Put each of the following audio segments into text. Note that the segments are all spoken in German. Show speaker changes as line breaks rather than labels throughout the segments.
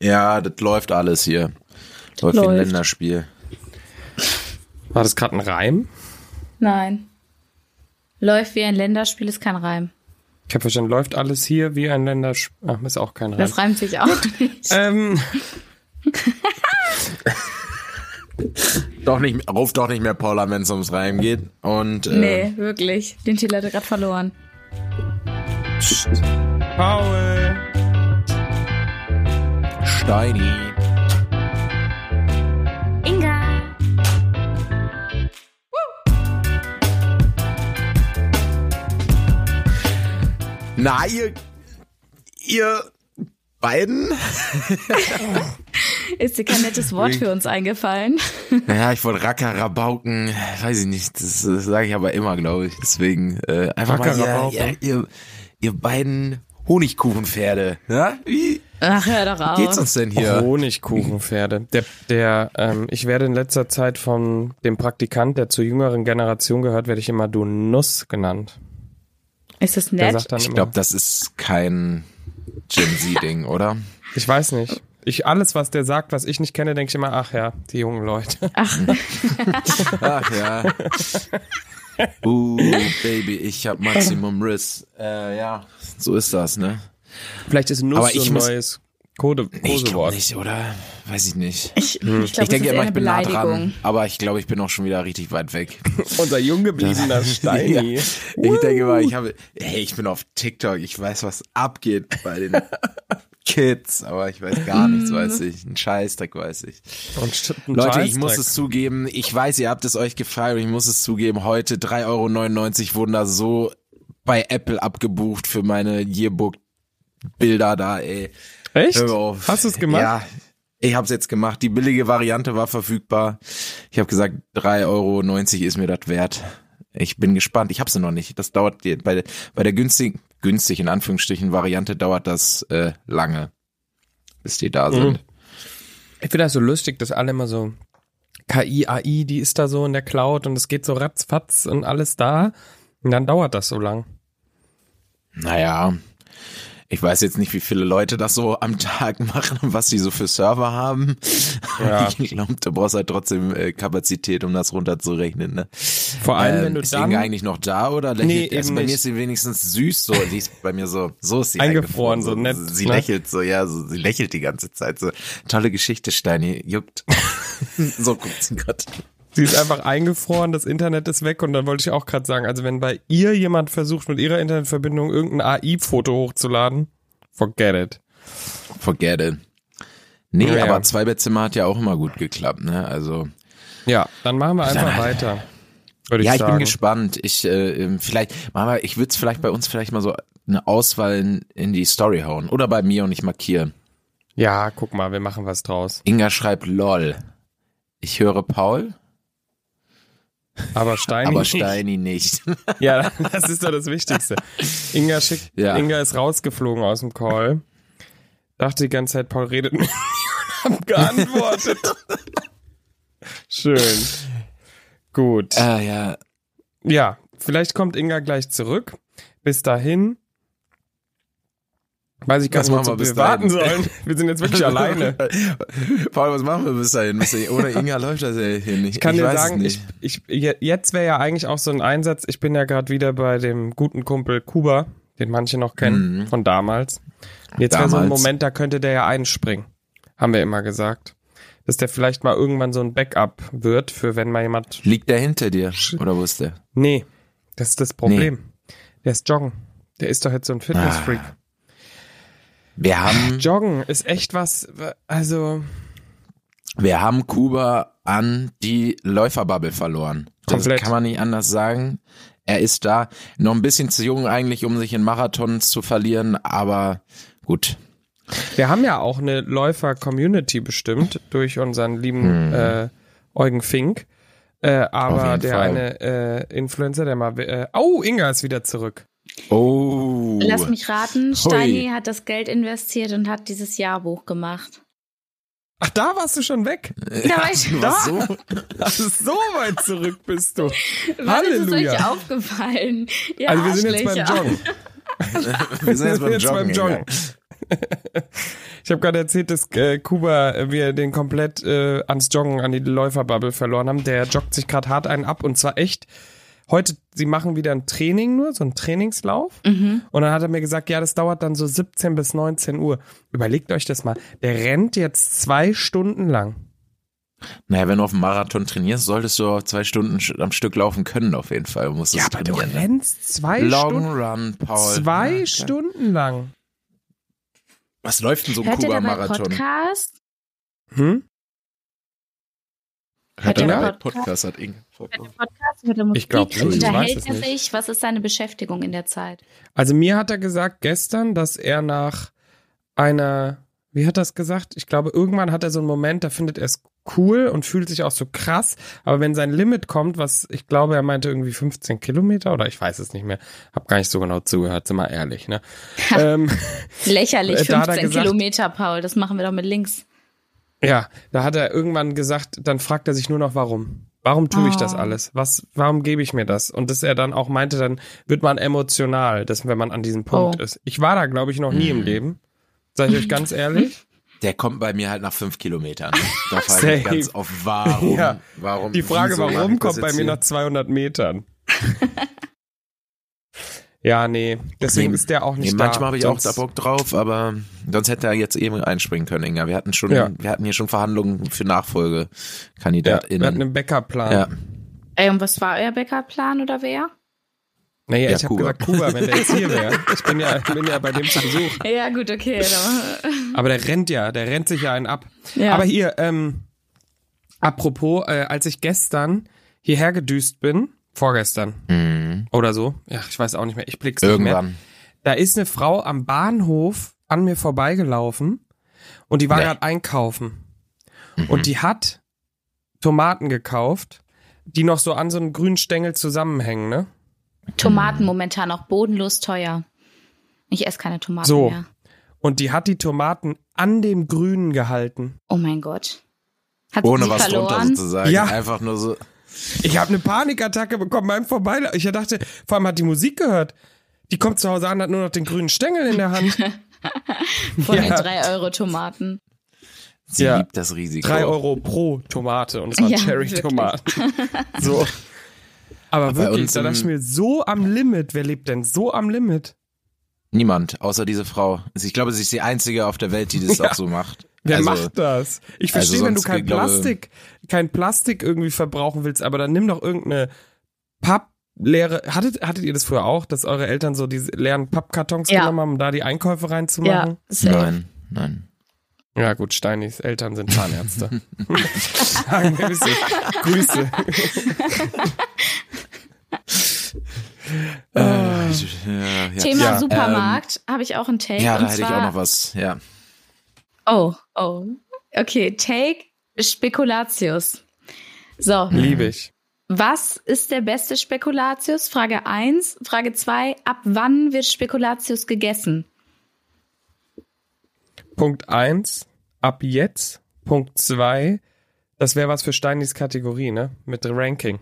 Ja, das läuft alles hier. Läuft, wie ein
Läuft.
Länderspiel.
War das gerade ein Reim?
Nein. Läuft wie ein Länderspiel ist kein Reim.
Ich habe verstanden, läuft alles hier wie ein Länder... Ach, ist auch kein Reim.
Das reimt sich auch nicht.
Ähm,
Doch nicht, ruf doch nicht mehr Paul an, wenn es ums Reim geht. Und äh,
Nee, wirklich. Den Titel hat er gerade verloren.
Paul...
Steini.
Inga.
Na, ihr, ihr beiden?
Ist dir kein nettes Wort für uns eingefallen?
Naja, ich wollte Racker, Rabauken, weiß ich nicht, das, das sage ich aber immer, glaube ich. Deswegen äh, einfach
Racker,
mal
Rabauken.
ihr, ihr, ihr, ihr beiden Honigkuchenpferde. Ja? Wie
Ach, hör doch auf.
geht's uns denn hier?
Oh, Honigkuchenpferde. Der, der, ähm, ich werde in letzter Zeit von dem Praktikant, der zur jüngeren Generation gehört, werde ich immer du Nuss genannt.
Ist das
Der
nett?
sagt dann
Ich
immer,
glaube, das ist kein Gen Z-Ding, oder?
ich weiß nicht. Ich, alles, was der sagt, was ich nicht kenne, denke ich immer, ach ja, die jungen Leute.
Ach ja. Uh, Baby, ich hab Maximum Riss. Äh, ja, so ist das, ne?
Vielleicht ist Nuss
Aber
so
ich
ein
muss-
neues Code,
Nee, ich glaub
Kosewort.
nicht, oder? Weiß ich nicht.
ich ich glaube,
ich
das ist
denke
eher
immer,
eine
ich bin nah
Beleidigung.
dran, aber ich glaube, ich bin auch schon wieder richtig weit weg.
Unser jung gebliebener Steini.
Ich denke mal, ich habe, hey, ich bin auf TikTok, ich weiß, was abgeht bei den Kids, aber ich weiß gar nichts, weiß
Mhm.
ich. Ein Scheißdreck weiß ich.
Und sch- ein
Leute, ich
Scheißdreck.
muss es zugeben, ich weiß, ihr habt es euch gefallen, ich muss es zugeben, heute 3,99 Euro wurden da so bei Apple abgebucht für meine Yearbook-Bilder da, ey.
Echt?
Hör auf.
Hast du es gemacht?
Ja, ich habe es jetzt gemacht. Die billige Variante war verfügbar. Ich habe gesagt, 3,90 Euro ist mir das wert. Ich bin gespannt. Ich habe sie noch nicht. Das dauert die- bei, bei der günstigen, günstig in Anführungsstrichen Variante dauert das äh, lange, bis die
Mhm.
da sind.
Ich finde das so lustig, dass alle immer so KI, AI, die ist da so in der Cloud und es geht so ratzfatz und alles da. Und dann dauert das so lang.
Naja, ich weiß jetzt nicht, wie viele Leute das so am Tag machen und was die so für Server haben.
Ja.
Ich glaube, du brauchst halt trotzdem äh, Kapazität, um das runterzurechnen. Ne?
Vor allem, wenn
Ähm,
du
ist
dann
Inge eigentlich noch da oder
Nee,
lächelt? Nee,
eben
bei
nicht.
mir ist sie wenigstens süß so, die ist bei mir so, so ist sie
Eingefroren,
eingefroren,
so nett,
Sie
ne?
lächelt so, ja, so, sie lächelt die ganze Zeit so. Tolle Geschichte, Steini, juckt. so guckt sie Gott.
Sie ist einfach eingefroren, das Internet ist weg und dann wollte ich auch gerade sagen, also wenn bei ihr jemand versucht, mit ihrer Internetverbindung irgendein AI-Foto hochzuladen, forget it.
Forget it. Nee,
Ja, ja.
aber zwei Bettzimmer hat ja auch immer gut geklappt, ne? Also
Ja, dann machen wir einfach weiter. Würde ich
ja, ich
sagen.
bin gespannt. Ich äh, ähm, vielleicht, Mama, ich würde es vielleicht bei uns vielleicht mal so eine Auswahl in, in die Story hauen oder bei mir und ich markiere.
ja, guck mal, wir machen was draus.
Inga schreibt lol. Ich höre Paul,
Aber Steini.
aber Steini nicht.
Ja, das ist doch das Wichtigste. Inga schickt,
Ja.
Inga ist rausgeflogen aus dem Call. Dachte die ganze Zeit, Paul redet mit mir und hab geantwortet. Schön. Gut.
äh, ja,
Ja, vielleicht kommt Inga gleich zurück. Bis dahin. Weiß ich gar
Was
nicht,
machen wir
ob
bis
wir warten
dahin?
sollen. Wir sind jetzt wirklich alleine.
Paul, was machen wir bis dahin? Bis dahin? Ohne Inga läuft das ja hier nicht. Ich
kann dir
weiß es
sagen, ich,
nicht.
ich, je- jetzt wäre ja eigentlich auch so ein Einsatz. Ich bin ja gerade wieder bei dem guten Kumpel Kuba, den manche noch kennen,
Mhm.
von damals. Jetzt wäre so ein
Damals.
Moment, da könnte der ja einspringen. Haben wir immer gesagt. Dass der vielleicht mal irgendwann so ein Backup wird, für wenn mal jemand.
Liegt der hinter dir? Oder wo ist der?
Nee, das ist das Problem. Der ist joggen. Der ist doch jetzt so ein Fitnessfreak.
Ah. Wir haben,
Joggen ist echt was, also
wir haben Kuba an die Läuferbubble verloren.
Komplett.
Das kann man nicht anders sagen. Er ist da. Noch ein bisschen zu jung eigentlich, um sich in Marathons zu verlieren, aber gut.
Wir haben ja auch eine Läufer-Community
Hm.
bestimmt durch unseren lieben äh, Eugen Fink. Äh,
Auf
aber
jeden
der
Fall.
eine äh, Influencer, der mal. Äh, oh, Inga ist wieder zurück.
Oh.
Lass mich raten, Steini hat das Geld investiert und hat dieses Jahrbuch gemacht.
Ach, da warst du schon weg.
Äh,
Da war ich,
Du warst so,
Also so weit zurück bist du.
wann ist es euch
Halleluja.
aufgefallen? Ja,
Also wir sind jetzt beim Joggen.
wir sind jetzt beim Joggen. Inga.
Ich habe gerade erzählt, dass äh, Kuba äh, wir den komplett äh, ans Joggen, an die Läuferbubble verloren haben. Der joggt sich gerade hart einen ab und zwar echt. Heute, sie machen wieder ein Training nur, so einen Trainingslauf.
Mhm.
Und dann hat er mir gesagt, ja, das dauert dann so 17 bis 19 Uhr. Überlegt euch das mal. Der rennt jetzt zwei Stunden lang.
Naja, wenn du auf dem Marathon trainierst, solltest du auch zwei Stunden sch- am Stück laufen können auf jeden Fall. Du musst es
du
trainieren. Ne?
rennst zwei
Long
Stunden.
Run, Paul.
Zwei
Ja, okay.
Stunden lang.
Was läuft denn so ein
Hört ihr dabei
Kuba-Marathon?
Podcast?
Hm?
Hört ihr
er
dabei
dabei Podcast, hat Inge.
Hört ihr Podcast? Hört ihr Musik?
Ich glaub nicht, ich weiß
Unterhält
es
er
nicht.
sich? Was ist seine Beschäftigung in der Zeit?
Also mir hat er gesagt gestern, dass er nach einer, wie hat er das gesagt? Ich glaube, irgendwann hat er so einen Moment, da findet er es cool und fühlt sich auch so krass. Aber wenn sein Limit kommt, was ich glaube, er meinte irgendwie 15 Kilometer oder ich weiß es nicht mehr, hab gar nicht so genau zugehört, sind wir ehrlich, ne? ähm,
Lächerlich,
Äh, da hat er
15
gesagt-
Kilometer, Paul. Das machen wir doch mit links.
ja, da hat er irgendwann gesagt, dann fragt er sich nur noch, warum. Warum tue ich
Ah.
das
Oh.
alles? Was, warum gebe ich mir das? Und dass er dann auch meinte, dann wird man emotional, dass, wenn man an diesem Punkt
Oh.
ist. Ich war da, glaube ich, noch nie
Mm.
im Leben. Sag ich euch ganz ehrlich.
Der kommt bei mir halt nach fünf Kilometern. ne? Da frage ich
Safe.
ganz oft, warum?
Ja.
warum
Die Frage,
wieso mache
warum,
ich das
kommt bei
jetzt
mir
hier?
nach 200 Metern. ja, nee, deswegen
Nee,
ist der auch nicht
Nee,
da.
manchmal habe ich auch
Sonst-
da Bock drauf, aber sonst hätte er jetzt eben einspringen können, Inga. Wir hatten schon,
Ja.
wir hatten hier schon Verhandlungen für
Ja, wir hatten
NachfolgekandidatInnen.
einen Backup-Plan.
Ja,
Ey, und was war euer Backup-Plan oder wer?
Naja,
Ja,
ich habe
Kuba.
gesagt, Kuba, wenn der jetzt hier wäre. Ich bin ja, bin ja bei dem zu Besuch.
Ja, gut, okay. dann-
Aber der rennt ja, der rennt sich ja einen ab.
Ja.
Aber hier, ähm, apropos, äh, als ich gestern hierher gedüst bin, vorgestern
Mhm.
oder so, ja, ich weiß auch nicht mehr, ich blick's nicht mehr.
irgendwann.
da ist eine Frau am Bahnhof an mir vorbeigelaufen und die war
Nee.
gerade einkaufen. Und die hat Tomaten gekauft, die noch so an so einem grünen Stängel zusammenhängen, ne?
Tomaten momentan auch bodenlos teuer. Ich esse keine Tomaten
So.
mehr.
Und die hat die Tomaten an dem Grünen gehalten.
Oh mein Gott. Hat
Ohne
sie
was drunter
verloren?
sozusagen.
Ja.
Einfach nur so.
Ich habe eine Panikattacke bekommen beim Vorbeilaufen. Ich dachte, vor allem hat die Musik gehört. Die kommt zu Hause an, hat nur noch den grünen Stängel in der Hand.
Von den
Ja.
3 Euro Tomaten.
Sie
Ja.
liebt das Risiko.
Drei Euro pro Tomate und es waren
Ja,
Cherry-Tomaten. So. Aber wirklich,
uns
da
im-
dachte ich mir, so am Limit, wer lebt denn so am Limit?
Niemand, außer diese Frau. Also Ich glaube, sie ist die einzige auf der Welt, die das
Ja.
auch so macht.
Wer
also,
macht das? Ich
also
verstehe, wenn du
sonst
kein
glaube-
Plastik, kein Plastik irgendwie verbrauchen willst, aber dann nimm doch irgendeine Pappleere. Hattet, hattet ihr das früher auch, dass eure Eltern so diese leeren Pappkartons
Ja.
genommen haben, um da die Einkäufe reinzumachen?
Ja, safe.
Nein, nein.
Ja, gut, Steinis Eltern sind Zahnärzte. Sagen wir, wisst ihr. Grüße.
Äh, ja, ja.
Thema
Ja, ähm,
Supermarkt habe ich auch einen Take.
ja, da
und
hätte ich
zwar,
auch noch was. Ja.
Oh, oh. Okay, Take Spekulatius. So,
Liebe ich.
was ist der beste Spekulatius? Frage 1. Frage 2. Ab wann wird Spekulatius gegessen?
Punkt eins ab jetzt. Punkt zwei das wäre was für Steinis Kategorie, ne? Mit Ranking.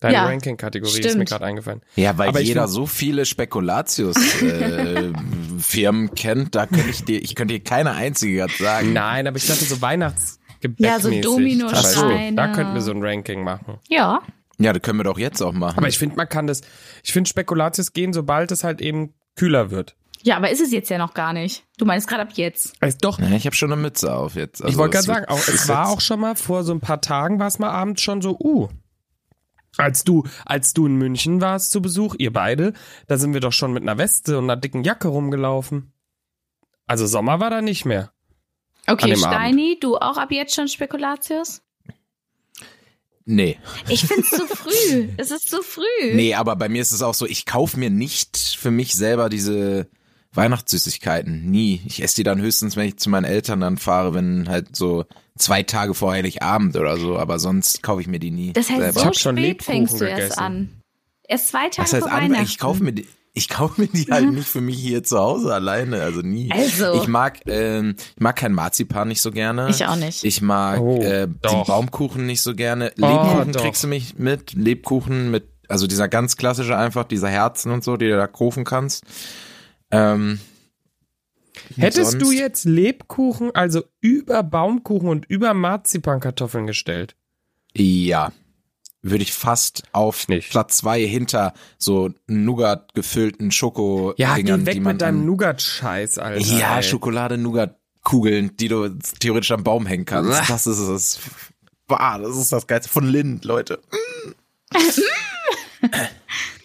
Deine
Ja,
Ranking-Kategorie ist mir
stimmt.
gerade eingefallen.
Ja, weil
Aber ich
jeder
find-
so viele Spekulatius-Firmen kennt, da könnte ich dir, ich könnte dir keine einzige gerade sagen.
Nein, aber ich dachte so Weihnachtsgebäck.
Ja, so Dominosteine.
Da könnten wir so ein Ranking machen.
Ja.
Ja, das können wir doch jetzt auch machen.
Aber ich finde, man kann das, ich finde Spekulatius gehen, sobald es halt eben kühler wird.
Ja, aber ist es jetzt ja noch gar nicht. Du meinst gerade ab jetzt.
Also doch,
Ja, ich habe schon eine Mütze auf jetzt. Also
ich wollte
es
gerade
wird-
sagen, auch,
ist
es war
jetzt-
auch schon mal vor so ein paar Tagen war es mal abends schon so, uh. Als du, als du in München warst zu Besuch, ihr beide, da sind wir doch schon mit einer Weste und einer dicken Jacke rumgelaufen. Also Sommer war da nicht mehr.
Okay,
An dem Abend.
Steini, du auch ab jetzt schon Spekulatius?
Nee.
Ich find's zu früh. Es ist zu früh.
Nee, aber bei mir ist es auch so, ich kauf mir nicht für mich selber diese Weihnachtssüßigkeiten. Nie. Ich esse die dann höchstens, wenn ich zu meinen Eltern dann fahre, wenn halt so zwei Tage vor Heiligabend oder so, aber sonst kaufe ich mir die nie.
Das heißt,
selber.
so
hab schon
spät
Lebkuchen
fängst du erst
gegessen.
an. Erst zwei Tage
das heißt,
vor
an-
Weihnachten.
ich kaufe mir die. Ich kaufe mir die halt nicht für mich hier zu Hause alleine, also nie.
Also.
Ich mag, ähm, ich mag kein Marzipan nicht so gerne.
Ich auch nicht.
Ich mag
Oh,
äh, den
doch.
Baumkuchen nicht so gerne.
Oh,
Lebkuchen
doch.
kriegst du mich mit. Lebkuchen mit, also dieser ganz klassische einfach, dieser Herzen und so, die du da kaufen kannst. Ähm,
Hättest
sonst?
du jetzt Lebkuchen, also über Baumkuchen und über Marzipankartoffeln gestellt?
Ja. Würde ich fast auf
Nicht.
Platz zwei hinter so Nougat gefüllten Schoko
Ja,
Dingern,
geh weg
die man
mit deinem
an-
Nougat-Scheiß, Alter.
Ja,
ey.
Schokolade Nougat Kugeln, die du theoretisch am Baum hängen kannst. Das ist es. Bah, das ist das geilste von Lind, Leute.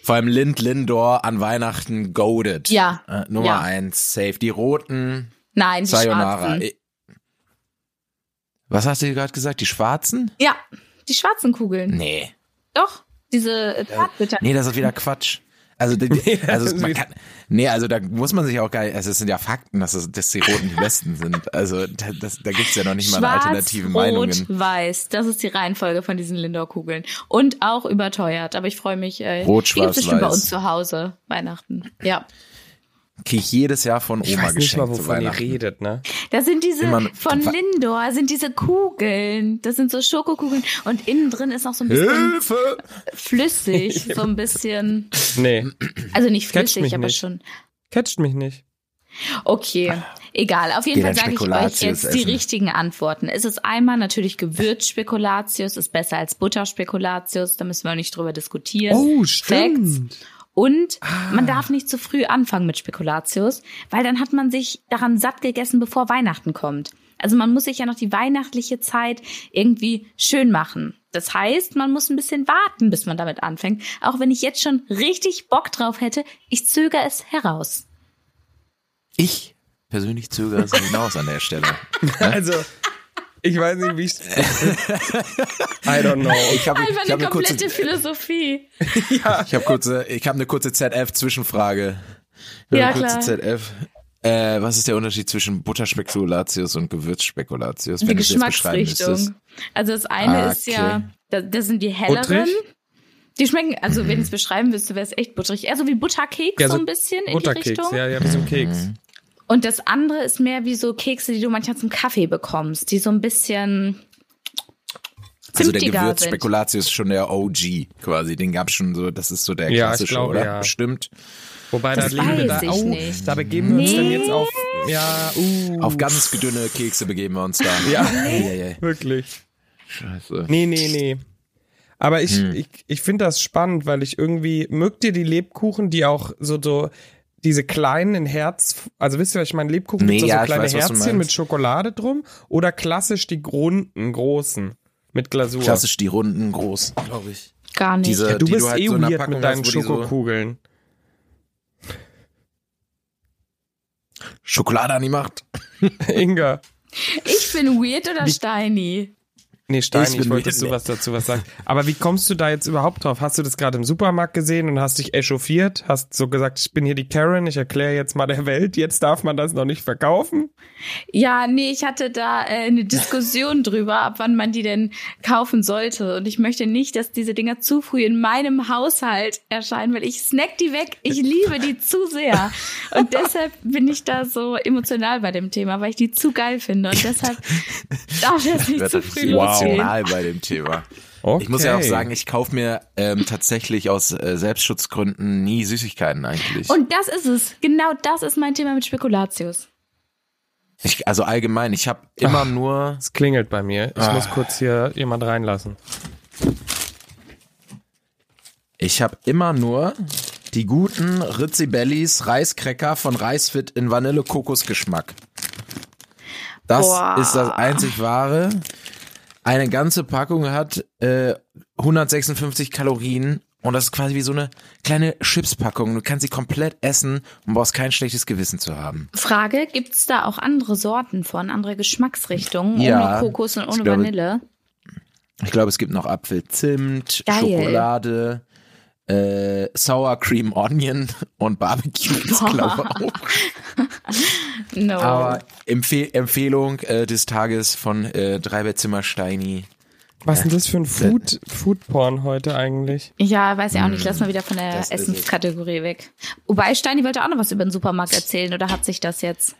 Vor allem Lind Lindor an Weihnachten goaded.
Ja.
Äh, Nummer
Ja.
eins, safe. Die roten,
Nein, die
Sayonara.
Schwarzen.
Ich- Was hast du gerade gesagt? Die schwarzen?
Ja, die schwarzen Kugeln.
Nee.
Doch, diese Zartbitter.
Nee, das ist wieder Quatsch. Also, die- die, also es-
das ist
man
wieder-
kann, nee, also da muss man sich auch geil, also es sind ja Fakten, dass, es, dass die Roten die Besten sind. Also da, das, da gibt's ja noch nicht mal alternative Meinungen.
weiß. Das ist die Reihenfolge von diesen Lindor-Kugeln. Und auch überteuert. Aber ich freue mich. Äh,
Rot,
die
schwarz,
gibt's bestimmt bei
weiß.
uns zu Hause. Weihnachten. Ja.
Krieg ich jedes Jahr von Oma
Ich weiß nicht
geschenkt
mal,
zu
wovon ihr
Weihnachten.
redet, ne?
Das sind diese
Immer-
von
Wa-
Lindor, sind diese Kugeln. Das sind so Schokokugeln. Und innen drin ist noch so ein bisschen
Hilfe!
flüssig. So ein bisschen.
Nee,
Also nicht
Catcht mich
flüssig, aber
nicht.
schon.
catcht mich nicht.
Okay, egal. Auf jeden
Geh
Fall
dein
sage ich euch
Spekulatius
jetzt die
essen.
richtigen Antworten. Es ist einmal natürlich Gewürzspekulatius, ist besser als Butterspekulatius, da müssen wir nicht drüber diskutieren.
Oh,
Oh,
Und
Ah.
man darf nicht zu früh anfangen mit Spekulatius, weil dann hat man sich daran satt gegessen, bevor Weihnachten kommt. Also man muss sich ja noch die weihnachtliche Zeit irgendwie schön machen. Das heißt, man muss ein bisschen warten, bis man damit anfängt. Auch wenn ich jetzt schon richtig Bock drauf hätte, ich zögere es heraus.
Ich persönlich zögere es hinaus an der Stelle.
Ne?
Also, ich weiß nicht, wie ich. I don't know.
Ich habe
Einfach
ich hab
eine
eine kurze,
komplette Philosophie.
ich habe kurze, ich habe eine kurze ZF-Zwischenfrage.
Ja,
eine kurze
klar.
ZF. Äh, was ist der Unterschied zwischen Butterspekulatius und Gewürzspekulatius?
Die
wenn du es jetzt beschreiben müsstest?
Geschmacksrichtung. Also das eine
Ah,
ist ja,
okay.
da- das sind die helleren.
Butterig?
Die schmecken, also
Mhm.
wenn ich es beschreiben wüsste, wäre es echt butterig. Eher so wie Butterkeks
Ja,
so
so
ein bisschen in die
Butterkeks,
Richtung. Mhm.
ja, ja, bis zum Keks.
Und das andere ist mehr wie so Kekse, die du manchmal zum Kaffee bekommst, die so ein bisschen
Also der
zimtiger sind.
Gewürzspekulatius ist schon der OG quasi. Den gab's schon so, das ist so der
Ja, ich
klassische,
glaube,
oder?
ja.
Bestimmt.
Wobei,
Das
da legen wir
weiß
da.
ich
Oh,
nicht.
da begeben wir uns dann
Nee.
jetzt auf. Ja, uh.
Auf ganz dünne Kekse begeben wir uns da.
Ja,
Eieiei.
wirklich.
Scheiße.
Nee, nee, nee. Aber ich,
Hm.
ich, ich finde das spannend, weil ich irgendwie, mögt ihr die Lebkuchen, die auch so, so diese kleinen in Herz, also wisst ihr, was ich meine, Lebkuchen
Nee,
mit so,
ja,
so
ich
kleine
weiß, was du
Herzchen
meinst.
mit Schokolade drum oder klassisch die runden, großen mit Glasur.
Klassisch die runden, groß, glaube ich.
Gar nicht.
Diese-
Ja, du
die
bist
du halt
eh
so in der
weird
Packung
mit deinen
hast, wo die so-
Schokokugeln.
Schokolade an die Macht.
Inga.
ich bin weird oder steiny.
Nee, Stein,
Ich
ich,
bin
wollte,
weird.
dass du was dazu was sagst. Aber wie kommst du da jetzt überhaupt drauf? Hast du das gerade im Supermarkt gesehen und hast dich echauffiert? Hast so gesagt, ich bin hier die Karen, ich erkläre jetzt mal der Welt, jetzt darf man das noch nicht verkaufen?
Ja, nee, ich hatte da äh, eine Diskussion drüber, ab wann man die denn kaufen sollte. Und ich möchte nicht, dass diese Dinger zu früh in meinem Haushalt erscheinen, weil ich snack die weg. Ich liebe die zu sehr. Und deshalb bin ich da so emotional bei dem Thema, weil ich die zu geil finde. Und deshalb darf das nicht zu früh losgehen.
emotional bei dem Thema.
Okay.
Ich muss ja auch sagen, ich kaufe mir ähm, tatsächlich aus äh, Selbstschutzgründen nie Süßigkeiten eigentlich.
Und das ist es. Genau das ist mein Thema mit Spekulatius.
ich, also allgemein, ich habe immer nur
es klingelt bei mir. Ich muss kurz hier jemand reinlassen.
Ich habe immer nur die guten Rizzibellis Reiskräcker von Reisfit in Vanille-Kokosgeschmack. Das
Boah.
ist das einzig wahre. Eine ganze Packung hat äh, 156 Kalorien und das ist quasi wie so eine kleine Chipspackung. Du kannst sie komplett essen und brauchst kein schlechtes Gewissen zu haben.
Frage, gibt's da auch andere Sorten von, andere Geschmacksrichtungen,
Ja,
ohne Kokos und
ich
ohne
glaube-
Vanille?
Ich glaube, es gibt noch Apfelzimt,
Geil.
Schokolade, äh, Sour Cream Onion und Barbecue. Ich glaube auch.
No.
Aber Empfe Empfehlung äh, des Tages von äh, Dreibettzimmer Steini.
Was ist denn das für ein Food, Foodporn heute eigentlich?
Ja, weiß ich auch nicht. Lass mal wieder von der
Hm, Das ist es.
Essenskategorie weg. Wobei Steini wollte auch noch was über den Supermarkt erzählen oder hat sich das jetzt?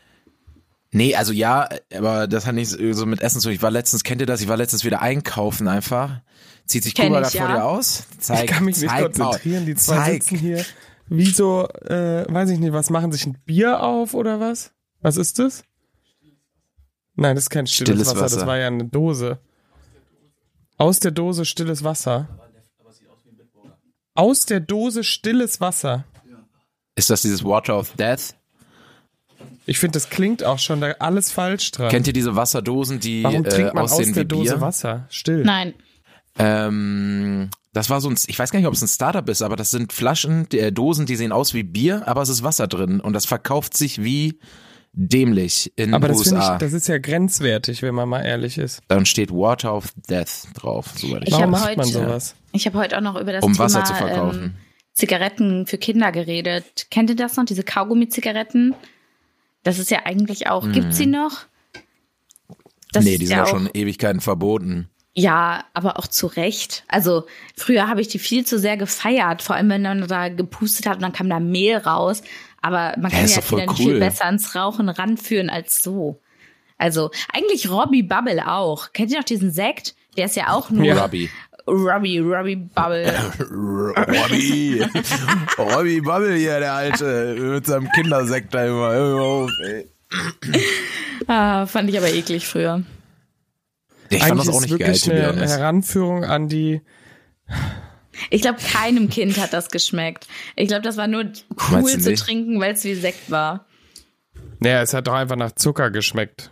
Nee, also ja, aber das hat nichts äh, so mit Essen zu tun. Ich war letztens, kennt ihr das? Ich war letztens wieder einkaufen einfach. Zieht sich
Kenn
Kuba
ich,
gerade vor
ja.
dir aus? Zeig,
Ich kann mich nicht
zeig,
konzentrieren, die zwei
zeig.
sitzen hier. Wie so, äh, weiß ich nicht, was machen sich ein Bier auf oder was? Was ist das? Nein, das ist kein stilles,
Stilles
Wasser.
Wasser.
Das war ja eine Dose. Aus der Dose stilles Wasser. Aus der Dose stilles Wasser.
Ist das dieses Water of Death?
Ich finde, das klingt auch schon da alles falsch dran.
Kennt ihr diese Wasserdosen, die
Warum
äh,
trinkt man aus
aussehen
der
wie
Dose
Bier?
Wasser? Still.
Hm.
Nein.
Ähm, das war so ein, ich weiß gar nicht, ob es ein Startup ist, aber das sind Flaschen, die, äh, Dosen, die sehen aus wie Bier, aber es ist Wasser drin und das verkauft sich wie dämlich in
Aber das finde ich,
USA.
das ist ja grenzwertig, wenn man mal ehrlich ist.
Dann steht Water of Death drauf, soweit ich,
Ich
Warum
hab
macht man
heute-
sowas?
Ich habe heute auch noch über das
um
Thema
Wasser zu verkaufen.
Ähm, Zigaretten für Kinder geredet. Kennt ihr das noch, diese Kaugummi-Zigaretten? Das ist ja eigentlich auch, gibt's sie noch?
Hm.
Das
nee,
ist
die
ja
sind auch
auch-
schon Ewigkeiten verboten.
Ja, aber auch zu Recht. Also früher habe ich die viel zu sehr gefeiert, vor allem wenn man da gepustet hat und dann kam da Mehl raus. Aber man kann
ist
ja
doch voll
Kinder viel
cool.
besser ans Rauchen ranführen als so. Also eigentlich Robbie Bubble auch. Kennt ihr noch diesen Sekt? Der ist ja auch nur
Ja.
Robbie.
Robbie, Robbie Bubble.
Robbie. Robbie Bubble hier, der Alte, mit seinem Kindersekt da immer. Hör auf, ey.
ah, fand ich aber eklig früher.
Ich fand das auch nicht geil,
wirklich
to be
eine
honest.
Heranführung an die.
Ich glaube, keinem Kind hat das geschmeckt. Ich glaube, das war nur cool
Meinst du
zu
nicht?
trinken, weil es wie Sekt war.
Naja, es hat doch einfach nach Zucker geschmeckt.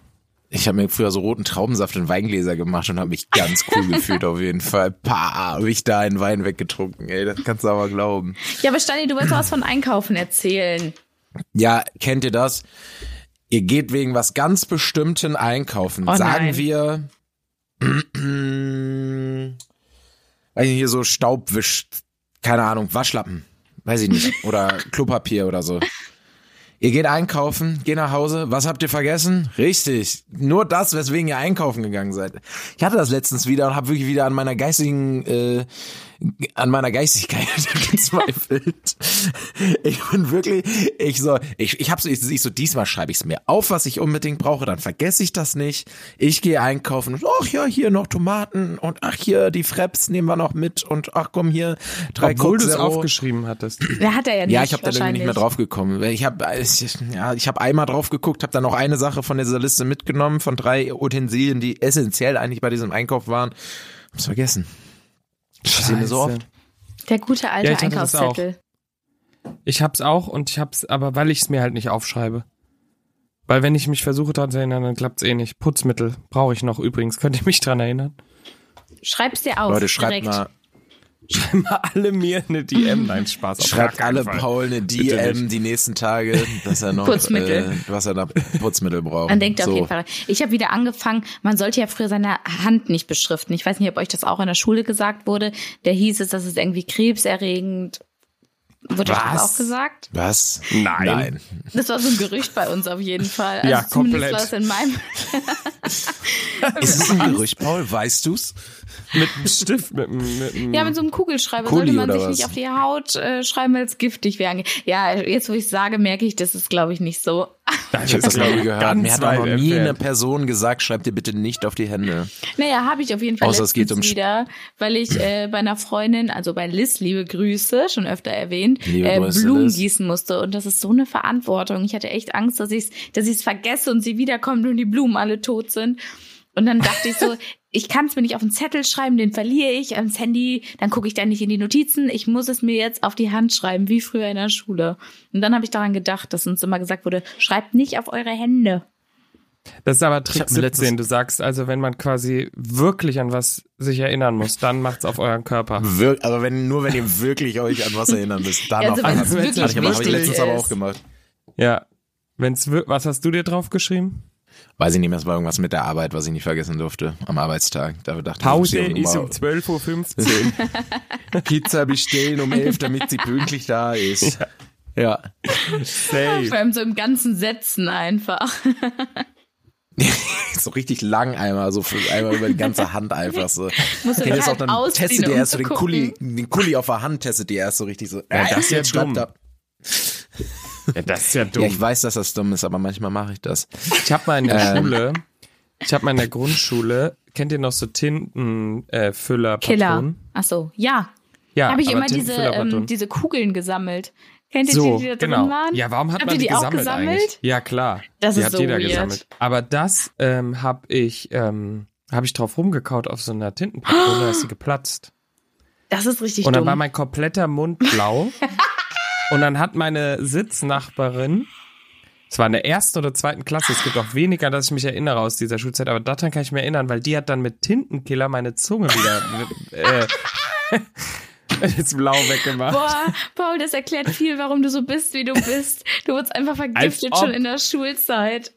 Ich habe mir früher so roten Traubensaft in Weingläser gemacht und habe mich ganz cool gefühlt auf jeden Fall. Pa, habe ich da einen Wein weggetrunken, ey, das kannst du aber glauben.
Ja, aber Stani, du wolltest doch was von Einkaufen erzählen.
Ja, kennt ihr das? Ihr geht wegen was ganz bestimmten einkaufen.
Oh
Sagen
nein.
wir weiß nicht, hier so Staubwisch, keine Ahnung, Waschlappen, weiß ich nicht, oder Klopapier oder so. Ihr geht einkaufen, geht nach Hause. Was habt ihr vergessen? Richtig, nur das, weswegen ihr einkaufen gegangen seid. Ich hatte das letztens wieder und habe wirklich wieder an meiner geistigen, äh, an meiner Geistigkeit gezweifelt. Ich bin wirklich, ich so, ich, ich habe so, ich, ich so, diesmal schreibe ich es mir auf, was ich unbedingt brauche, dann vergesse ich das nicht. Ich gehe einkaufen und ach ja, hier noch Tomaten und ach hier die Freps nehmen wir noch mit und ach komm hier drei
Obwohl du
Coke
es
Zero.
aufgeschrieben hattest.
Wer hat er ja nicht?
Ja, ich habe da irgendwie nicht mehr
wahrscheinlich.
drauf gekommen. Ich habe ich, ja, ich hab einmal drauf geguckt, habe dann noch eine Sache von dieser Liste mitgenommen, von drei Utensilien, die essentiell eigentlich bei diesem Einkauf waren. Hab's vergessen. seh mir so
Scheiße.
oft.
Der gute alte
Ja, ich hatte das auch.
Einkaufszettel.
Ich hab's auch und ich hab's, aber weil ich es mir halt nicht aufschreibe. Weil wenn ich mich versuche daran zu erinnern, dann klappt's eh nicht. Putzmittel brauche ich noch übrigens. Könnt ihr mich dran erinnern?
Schreib's dir auf.
Leute, schreibt
Oh, direkt.
mal,
Schreibt mal alle mir eine DM. Nein, Spaß. Auf
schreibt
gar keinen
alle
Fall.
Paul eine
Bitte
DM
nicht.
die nächsten Tage, dass er noch
Putzmittel.
Äh, was er da Putzmittel braucht.
Man denkt
so.
auf jeden Fall. Ich habe wieder angefangen, man sollte ja früher seine Hand nicht beschriften. Ich weiß nicht, ob euch das auch in der Schule gesagt wurde. Der hieß es, das ist irgendwie krebserregend. Wurde euch das
Was?
auch gesagt?
Was?
Nein.
Nein.
Das war so ein Gerücht bei uns auf jeden Fall. Also
Ja,
zumindest
komplett.
war es in meinem.
Hm. Ist es ein Gerücht, Paul? Weißt du's?
Mit einem Stift, mit einem. Mit einem
Ja, mit so einem Kugelschreiber
Kuli
sollte man
oder
sich
was?
nicht auf die Haut äh, schreiben, weil es giftig wäre. Ja, jetzt wo ich sage, merke ich, das ist glaube ich nicht so.
Ich habe das glaube ich gehört.
Ganz
Mir hat auch noch
weit
nie eine
entfernt.
Person gesagt, schreibt dir bitte nicht auf die Hände.
Naja, habe ich auf jeden Fall
Außer es
letztens
geht um Sch-
wieder, weil ich äh, bei einer Freundin, also bei Liz, liebe Grüße, schon öfter erwähnt,
Liebe
äh,
Grüße,
Blumen
Liz.
gießen musste. Und das ist so eine Verantwortung. Ich hatte echt Angst, dass ich es dass ich's vergesse und sie wiederkommt und die Blumen alle tot sind. Und dann dachte ich so, ich kann es mir nicht auf den Zettel schreiben, den verliere ich ans Handy, dann gucke ich da nicht in die Notizen. Ich muss es mir jetzt auf die Hand schreiben, wie früher in der Schule. Und dann habe ich daran gedacht, dass uns immer gesagt wurde, schreibt nicht auf eure Hände.
Das ist aber
Ich
Trick
hab mir letztes-
17. Du sagst also, wenn man quasi wirklich an was sich erinnern muss, dann macht's auf euren Körper.
Wir, aber wenn, nur wenn ihr wirklich euch an was erinnern müsst, dann
Ja,
auf
also wenn
einmal.
es wirklich
Hatte ich, aber- hab ich
wichtig
letztens aber
ist.
auch gemacht.
Ja. Wenn's wir- was hast du dir drauf geschrieben?
Weiß ich nicht mehr, es war irgendwas mit der Arbeit, was ich nicht vergessen durfte am Arbeitstag. Da dachte
Pause
ich,
ist um
wow,
12.15 Uhr.
Pizza bestellen um elf, damit sie pünktlich da ist. Ja.
Vor
Safe.
allem so im ganzen Sätzen einfach.
So richtig lang einmal, so für, einmal über die ganze Hand einfach so.
Musst du
Kennt ihr
dich
das
halt ausziehen,
testet ihr
um
erst so
zu
den
gucken.
Kuli, den Kuli auf der Hand testet ihr erst so richtig so.
Ja, das ist ja
jetzt bleibt
dumm.
da-
Ja, das ist ja dumm.
Ja, ich weiß, dass das dumm ist, aber manchmal mache ich das.
Ich habe mal in der Schule, ich habe mal in der Grundschule, kennt ihr noch so Tintenfüller? Äh, Füller,
Killer.
Patronen?
Ach so, ja.
Ja,
Habe ich
aber
immer diese, ähm,
Tintenfüllerpatronen.
diese Kugeln gesammelt. Kennt ihr
So,
die, die da drin
genau.
waren?
Ja, warum hat
Habt
man
ihr
die,
die auch
gesammelt,
gesammelt?
eigentlich? Ja, klar.
Das
die
ist
hat
so
jeder
weird.
gesammelt. Aber das ähm, habe ich, ähm, habe ich drauf rumgekaut auf so einer Tintenpatrone, da ist sie geplatzt.
Das ist richtig
Und dann
dumm.
war mein kompletter Mund blau. und dann hat meine Sitznachbarin, es war in der ersten oder zweiten Klasse, es gibt auch weniger, dass ich mich erinnere aus dieser Schulzeit, aber daran kann ich mich erinnern, weil die hat dann mit Tintenkiller meine Zunge wieder äh, jetzt blau weggemacht.
Boah, Paul, das erklärt viel, warum du so bist, wie du bist. Du wurdest einfach vergiftet
Als ob.
schon in der Schulzeit.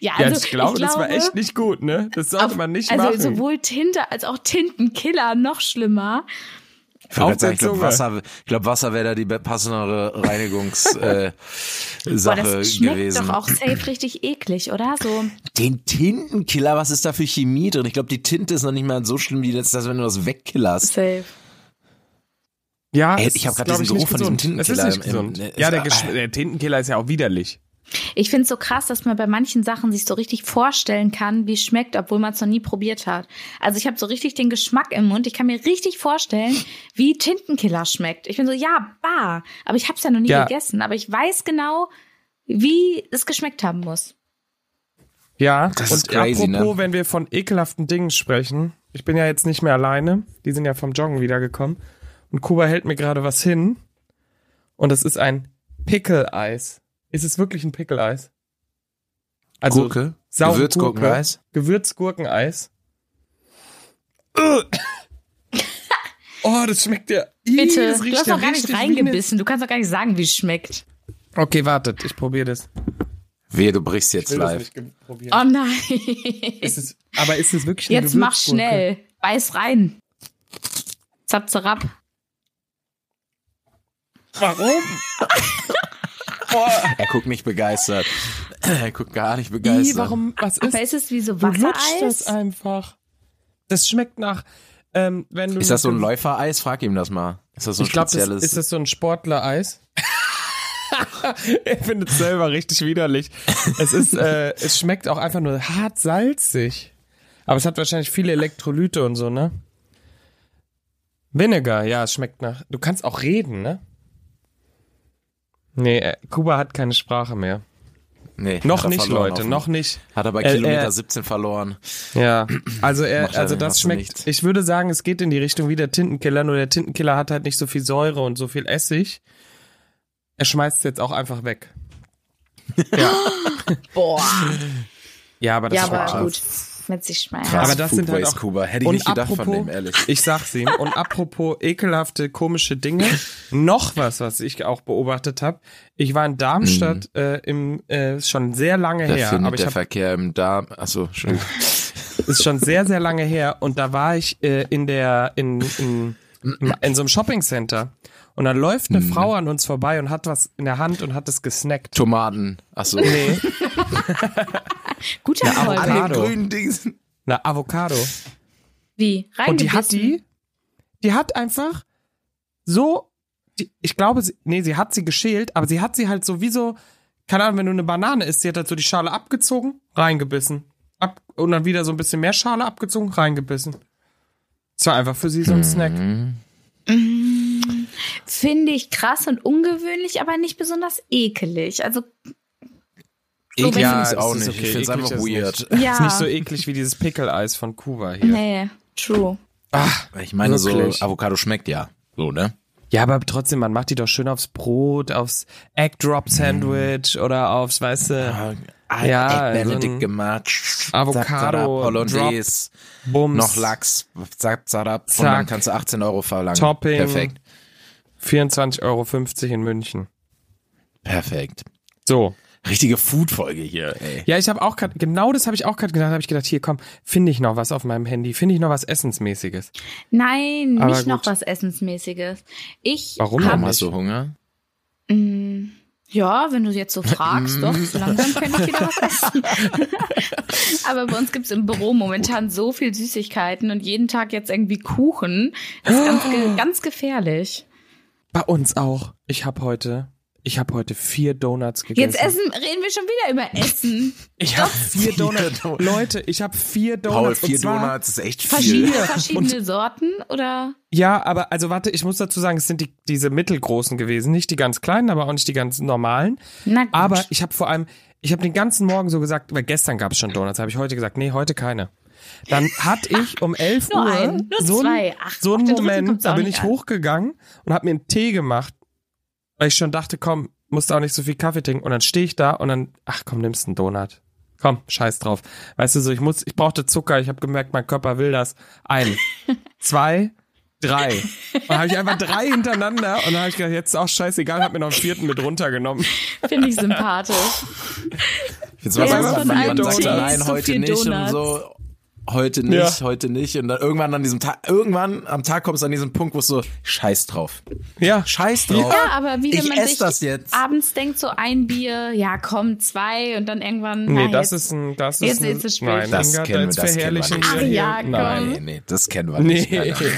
Ja,
ja,
also,
ich glaube, das war echt nicht gut, ne? Das sollte
auf-
man nicht
Also
machen.
sowohl Tinte als auch Tintenkiller, noch schlimmer.
Ich, wollte gerade sagen,
der
ich glaube,
Zunge.
Wasser, ich glaub, Wasser wäre da die be- passendere Reinigungssache äh,
Boah,
Sache
das schmeckt
gewesen.
doch auch safe richtig eklig, oder? So.
Den Tintenkiller, was ist da für Chemie drin? Ich glaube, die Tinte ist noch nicht mal so schlimm, wie das, dass wenn du das wegkillerst.
Safe.
ja,
Ey,
es
ich hab
ist,
grad
glaub
diesen
nicht
Geruch von diesem
gesund. Es
Tintenkiller
ist nicht
im- im-
gesund.
ne,
ja,
es-
der, Gesch- der Tintenkiller ist ja auch widerlich.
Ich finde es so krass, dass man bei manchen Sachen sich so richtig vorstellen kann, wie es schmeckt, obwohl man es noch nie probiert hat. Also ich habe so richtig den Geschmack im Mund. Ich kann mir richtig vorstellen, wie Tintenkiller schmeckt. Ich bin so, ja, bar. Aber ich habe es ja noch nie
Ja.
gegessen. Aber ich weiß genau, wie es geschmeckt haben muss.
Ja,
Das
und
ist crazy,
apropos,
ne?
wenn wir von ekelhaften Dingen sprechen, ich bin ja jetzt nicht mehr alleine, die sind ja vom Joggen wiedergekommen und Kuba hält mir gerade was hin und das ist ein Pickeleis. Ist es wirklich ein Pickeleis? Also
Gurke?
saure
Gewürzgurkeneis?
Gurke, Gewürzgurkeneis. Ugh. oh, das schmeckt ja. Ih,
Bitte,
das
du
riecht
hast
ja
doch gar nicht
richtig wie eine-
reingebissen. Du kannst doch gar nicht sagen, wie es schmeckt.
Okay, wartet, ich probiere das.
Wehe, du brichst jetzt
Ich will das
live.
nicht ge- probieren.
Oh nein.
Ist es, aber ist es wirklich eine
Jetzt mach
Gewürzgurke?
schnell. Beiß rein. Zap, zerab.
Warum? Boah.
Er guckt nicht begeistert. Er guckt gar nicht
I,
begeistert.
warum? Was
Aber
ist?
ist es wie so
Du lutschst das
Wassereis?
einfach. Das schmeckt nach, ähm, wenn du.
Ist das so ein Läufereis? Frag ihm das mal. Ist das so ein
Ich glaube,
spezielles?
ist das so ein Sportlereis? er findet es selber richtig widerlich. Es ist, äh, es schmeckt auch einfach nur hart salzig. Aber es hat wahrscheinlich viele Elektrolyte und so, ne? Vinegar, ja, es schmeckt nach. Du kannst auch reden, ne? Nee, äh, Kuba hat keine Sprache mehr.
nee,
Noch
hat er
nicht,
verloren
Leute,
auf-
noch nicht.
Hat er bei
Äh, äh,
Kilometer 17 verloren.
Ja, also er,
Macht er
also
denn
das
noch
schmeckt,
nicht?
ich würde sagen, es geht in die Richtung wie der Tintenkiller, nur der Tintenkiller hat halt nicht so viel Säure und so viel Essig. Er schmeißt es jetzt auch einfach weg. Ja,
Boah.
ja aber das
Ja,
schmeckt
aber
schon.
gut. Mit sich schmeißen.
Krass,
Aber das sind
Food
halt
Waste,
auch-
Kuba. Hätte ich
und
nicht gedacht
apropos-
von dem, ehrlich.
Ich sag's ihm. Und apropos ekelhafte, komische Dinge, noch was, was ich auch beobachtet habe. Ich war in Darmstadt äh, im äh, schon sehr lange
Mhm. Da
her,
findet
aber ich Hm.
der
habe
Verkehr im Darm. Achso, schön.
ist schon sehr, sehr lange her und da war ich äh, in der, in, in, in, in so einem Shoppingcenter und da läuft eine Frau an uns vorbei und hat was in der Hand und hat es gesnackt.
Tomaten. Achso.
Nee,
Guter Paul.
Avocado.
Alle grünen Dings.
eine Avocado.
Wie?
Und die
Reingebissen?
hat die, die hat einfach so, die, ich glaube, sie, nee, sie hat sie geschält, aber sie hat sie halt so wie so, keine Ahnung, wenn du eine Banane isst, sie hat halt so die Schale abgezogen, reingebissen. Ab, und dann wieder so ein bisschen mehr Schale abgezogen, reingebissen. Es war einfach für sie so ein Snack.
Finde ich krass und ungewöhnlich, aber nicht besonders ekelig. Also,
Eklig
Ja,
finde ich
es
auch
ist
nicht.
okay.
Ich finde es
Eklig
einfach
ist es
weird.
ja.
Ist nicht so eklig wie dieses Pickeleis von Kuba hier.
nee, true.
Ich meine,
Wirklich.
so Avocado schmeckt ja. So, ne?
Ja, aber trotzdem, man macht die doch schön aufs Brot, aufs Egg Drop Sandwich oder aufs, weißt du, Ja,
Ah, Egg
so
Benedict
ein
gemacht.
Avocado,
Zack, zarab, Hollandaise.
Bums.
Noch Lachs. Zack, zarab. Und
Zack.
dann kannst du 18 Euro verlangen.
Topping.
Perfekt.
24,50 Euro in München.
Perfekt.
So.
Richtige Food-Folge hier, ey.
Ja, ich habe auch gerade, genau das habe ich auch gerade gedacht, habe ich gedacht, hier komm, finde ich noch was auf meinem Handy, finde ich noch was Essensmäßiges.
Nein,
Aber
nicht
gut.
noch was Essensmäßiges. Ich
Warum
hab-
Warum
nicht?
hast du Hunger?
Ja, wenn du jetzt so fragst, doch, so langsam könnte ich wieder was essen. Aber bei uns gibt's im Büro momentan so viel Süßigkeiten und jeden Tag jetzt irgendwie Kuchen. Das ist ganz, ge ganz gefährlich.
Bei uns auch. Ich habe heute Ich habe heute vier Donuts gegessen.
Jetzt essen, reden wir schon wieder über Essen.
Ich habe vier Donuts. Leute, ich habe vier Donuts.
Paul, vier
und zwar,
Donuts ist echt viel.
Verschiedene, verschiedene Sorten oder?
Ja, aber also warte, ich muss dazu sagen, es sind die, diese mittelgroßen gewesen, nicht die ganz kleinen, aber auch nicht die ganz normalen.
Na gut.
Aber ich habe vor allem, ich habe den ganzen Morgen so gesagt, weil gestern gab es schon Donuts, habe ich heute gesagt, nee, heute keine. Dann hatte ich um 11
Nur
Uhr
einen, nur
so
zwei.
einen,
Ach,
so
auf
einen
den dritten kommt's
Moment, da
auch
bin
nicht
ich
an.
hochgegangen und habe mir einen Tee gemacht, weil ich schon dachte, komm, musst auch nicht so viel Kaffee trinken. Und dann stehe ich da und dann, ach komm, nimmst einen Donut. Komm, scheiß drauf. Weißt du so, ich muss, ich brauchte Zucker, ich habe gemerkt, mein Körper will das. Ein, zwei, drei. Und dann habe ich einfach drei hintereinander und dann habe ich gedacht, jetzt ist auch scheißegal, habe mir noch einen vierten mit runtergenommen.
Finde ich sympathisch.
Jetzt weiß
Ja,
man,
von
man,
allen
man sagt,
Donuts.
nein,
So
heute
viel
nicht und
Donuts.
so. Heute nicht,
Ja.
heute nicht. Und dann irgendwann an diesem Tag, irgendwann am Tag kommst du an diesen Punkt, wo es so, scheiß drauf.
Ja,
Scheiß drauf.
Ja, aber wie wenn
Ich
man
ess
sich
das jetzt.
abends denkt, so ein Bier, ja komm, zwei und dann irgendwann.
Nee,
na,
das
jetzt.
ist ein, das
Jetzt
ist ein,
ist es spät.
nein,
Das
Inga,
kennen wir,
jetzt
das kennen wir
verherrlichen
nicht.
wir
Ach
hier-
ja, komm.
nein.
Nee, nee, das kennen wir nicht.
Nee.
Nein, nein.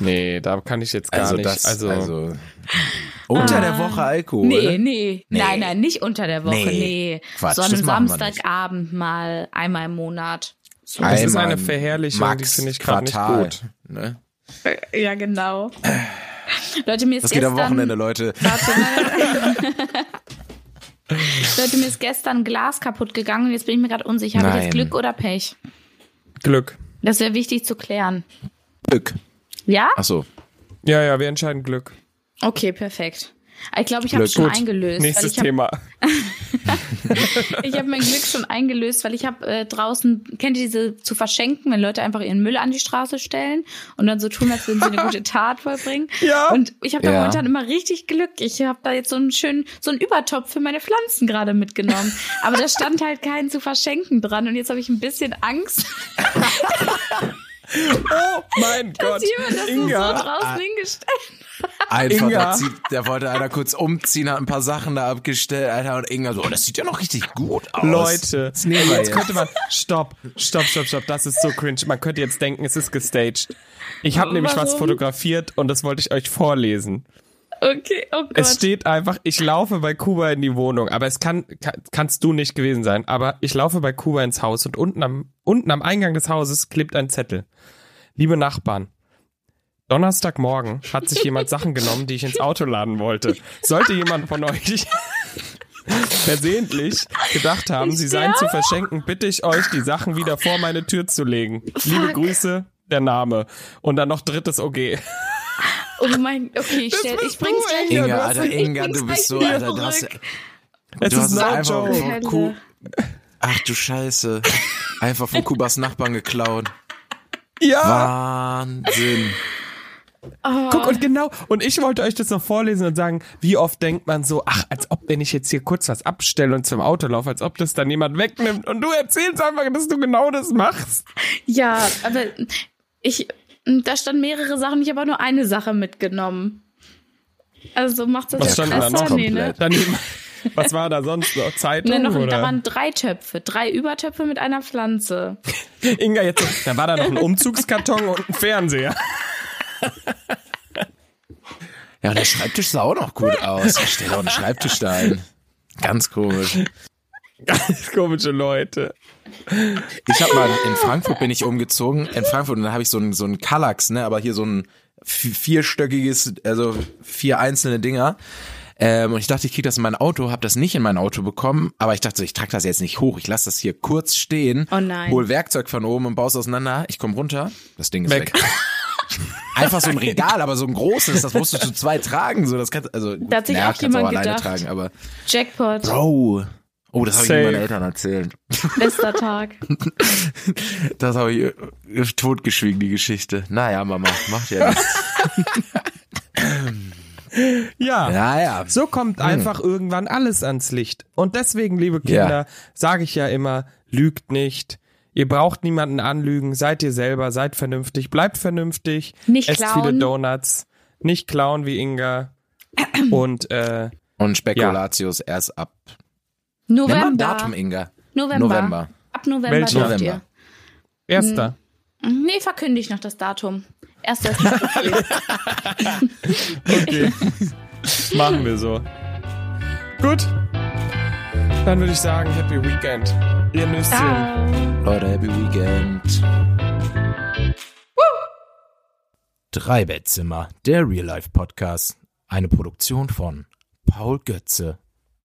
nee, da kann ich jetzt gar
Also
nicht.
das,
also, Ah.
also, unter der Woche Alkohol.
Nee, nee,
Nee.
Nein, nein, nicht unter der Woche,
Nee.
nee.
Quatsch,
Sondern
das machen wir nicht.
Samstagabend mal einmal im Monat. So.
Das ist
Einmal
eine Verherrlichung, die
Max
finde ich grad nicht
Quartal,
gut.
Ne?
Ja, genau. Leute, mir ist
Das geht
gestern,
am Wochenende, Leute.
Warte mal. Leute, mir ist gestern ein Glas kaputt gegangen und jetzt bin ich mir gerade unsicher, habe ich
Nein.
jetzt Glück oder Pech?
Glück.
Das wäre wichtig zu klären.
Glück.
Ja?
Achso.
Ja, ja, wir entscheiden Glück.
Okay, perfekt. Ich glaube, ich habe
Glück.
schon
Gut.
eingelöst. weil
Nächstes
ich hab,
Thema.
Ich habe mein Glück schon eingelöst, weil ich habe äh, draußen, kennt ihr diese zu verschenken, wenn Leute einfach ihren Müll an die Straße stellen und dann so tun, als würden sie eine gute Tat vollbringen.
Ja.
Und ich habe da
Ja.
momentan immer richtig Glück. Ich habe da jetzt so einen schönen, so einen Übertopf für meine Pflanzen gerade mitgenommen. Aber da stand halt kein zu verschenken dran und jetzt habe ich ein bisschen Angst,
Oh mein
dass
Gott.
jemand das so
Inga.
Ah.
draußen hingestellt
Einfach,
Inga.
da, zieht, da wollte einer kurz umziehen, hat ein paar Sachen da abgestellt, Alter, und Inga so, oh, das sieht ja noch richtig gut aus.
Leute,
das nehmen wir
jetzt
jetzt.
könnte man. Stopp, stopp, stopp, stopp. Das ist so cringe. Man könnte jetzt denken, es ist gestaged. Ich habe nämlich was
Warum?
fotografiert und das wollte ich euch vorlesen.
Okay, oh
Es
Gott.
steht einfach, ich laufe bei Kuba in die Wohnung, aber es kann, kann kannst du nicht gewesen sein, aber ich laufe bei Kuba ins Haus und unten am, unten am Eingang des Hauses klebt ein Zettel. Liebe Nachbarn, Donnerstagmorgen hat sich jemand Sachen genommen, die ich ins Auto laden wollte. Sollte jemand von euch versehentlich gedacht haben, sie seien zu verschenken, bitte ich euch, die Sachen wieder vor meine Tür zu legen. Liebe Grüße, der Name. Und dann noch drittes OG.
Oh mein, okay, ich, stell, ich
bist
bring's
du,
gleich
Inga,
Inga,
wieder-
Alter,
ich
Inga,
bring's
du bist so,
gleich wieder
Alter, du hast,
zurück.
Es
du hast
ist
es
no
einfach
joke.
vom Ku Ach du Scheiße. Einfach von Kubas Nachbarn geklaut.
Ja!
Wahnsinn.
Guck, und genau, und ich wollte euch das noch vorlesen und sagen, wie oft denkt man so, ach, als ob, wenn ich jetzt hier kurz was abstelle und zum Auto laufe, als ob das dann jemand wegnimmt. Und du erzählst einfach, dass du genau das machst.
Ja, aber ich, da standen mehrere Sachen, ich habe aber nur eine Sache mitgenommen. Also macht das
Was
jetzt
stand denn da
besser?
noch
Nee, ne?
komplett?
Dann, was war da sonst noch? Zeitung
Nee, noch,
oder?
da waren drei Töpfe, drei Übertöpfe mit einer Pflanze.
Inga jetzt, so, dann war da noch ein Umzugskarton und ein Fernseher.
Ja, und der Schreibtisch sah auch noch gut aus. Ich stelle auch einen Schreibtisch da ein. Ganz komisch.
Ganz komische Leute.
Ich habe mal in Frankfurt bin ich umgezogen, in Frankfurt und da habe ich so einen so einen Kallax, ne, aber hier so ein vi- vierstöckiges, also vier einzelne Dinger. Ähm, und ich dachte, ich krieg das in mein Auto, habe das nicht in mein Auto bekommen, aber ich dachte, ich trag das jetzt nicht hoch, ich lasse das hier kurz stehen,
Oh nein.
hol Werkzeug von oben und baus auseinander, ich komme runter, das Ding ist
Weg.
weg. Einfach so ein Regal, aber so ein großes, das musst du zu zwei tragen, so das kannst also
Da hat sich
naja,
auch
kannst du
jemand
alleine
gedacht.
tragen, aber
Jackpot,
Bro. Oh, das habe ich
Safe.
meinen Eltern erzählt.
bester Tag.
Das habe ich äh, totgeschwiegen, die Geschichte. Naja, Mama, macht ja nichts.
Ja.
Naja.
So kommt einfach irgendwann alles ans Licht. Und deswegen, liebe Kinder, sage ich ja immer, lügt nicht. Ihr braucht niemanden anlügen, seid ihr selber, seid vernünftig, bleibt vernünftig,
Nicht
esst
klauen.
viele Donuts, nicht klauen wie Inga. Und äh,
Und Spekulatius erst ab. Nenn mal ein Datum,
November.
Inga.
November.
November.
Ab November
Welchen?
dürft
November.
erster.
ihr. Nee, verkünde ich noch das Datum. Erst das Datum. Hm.
Okay. Machen wir so. Gut. Dann würde ich sagen, Happy Weekend. Ihr Nüsschen.
Leute, happy weekend. Drei Bettzimmer, der Real Life Podcast. Eine Produktion von Paul Götze.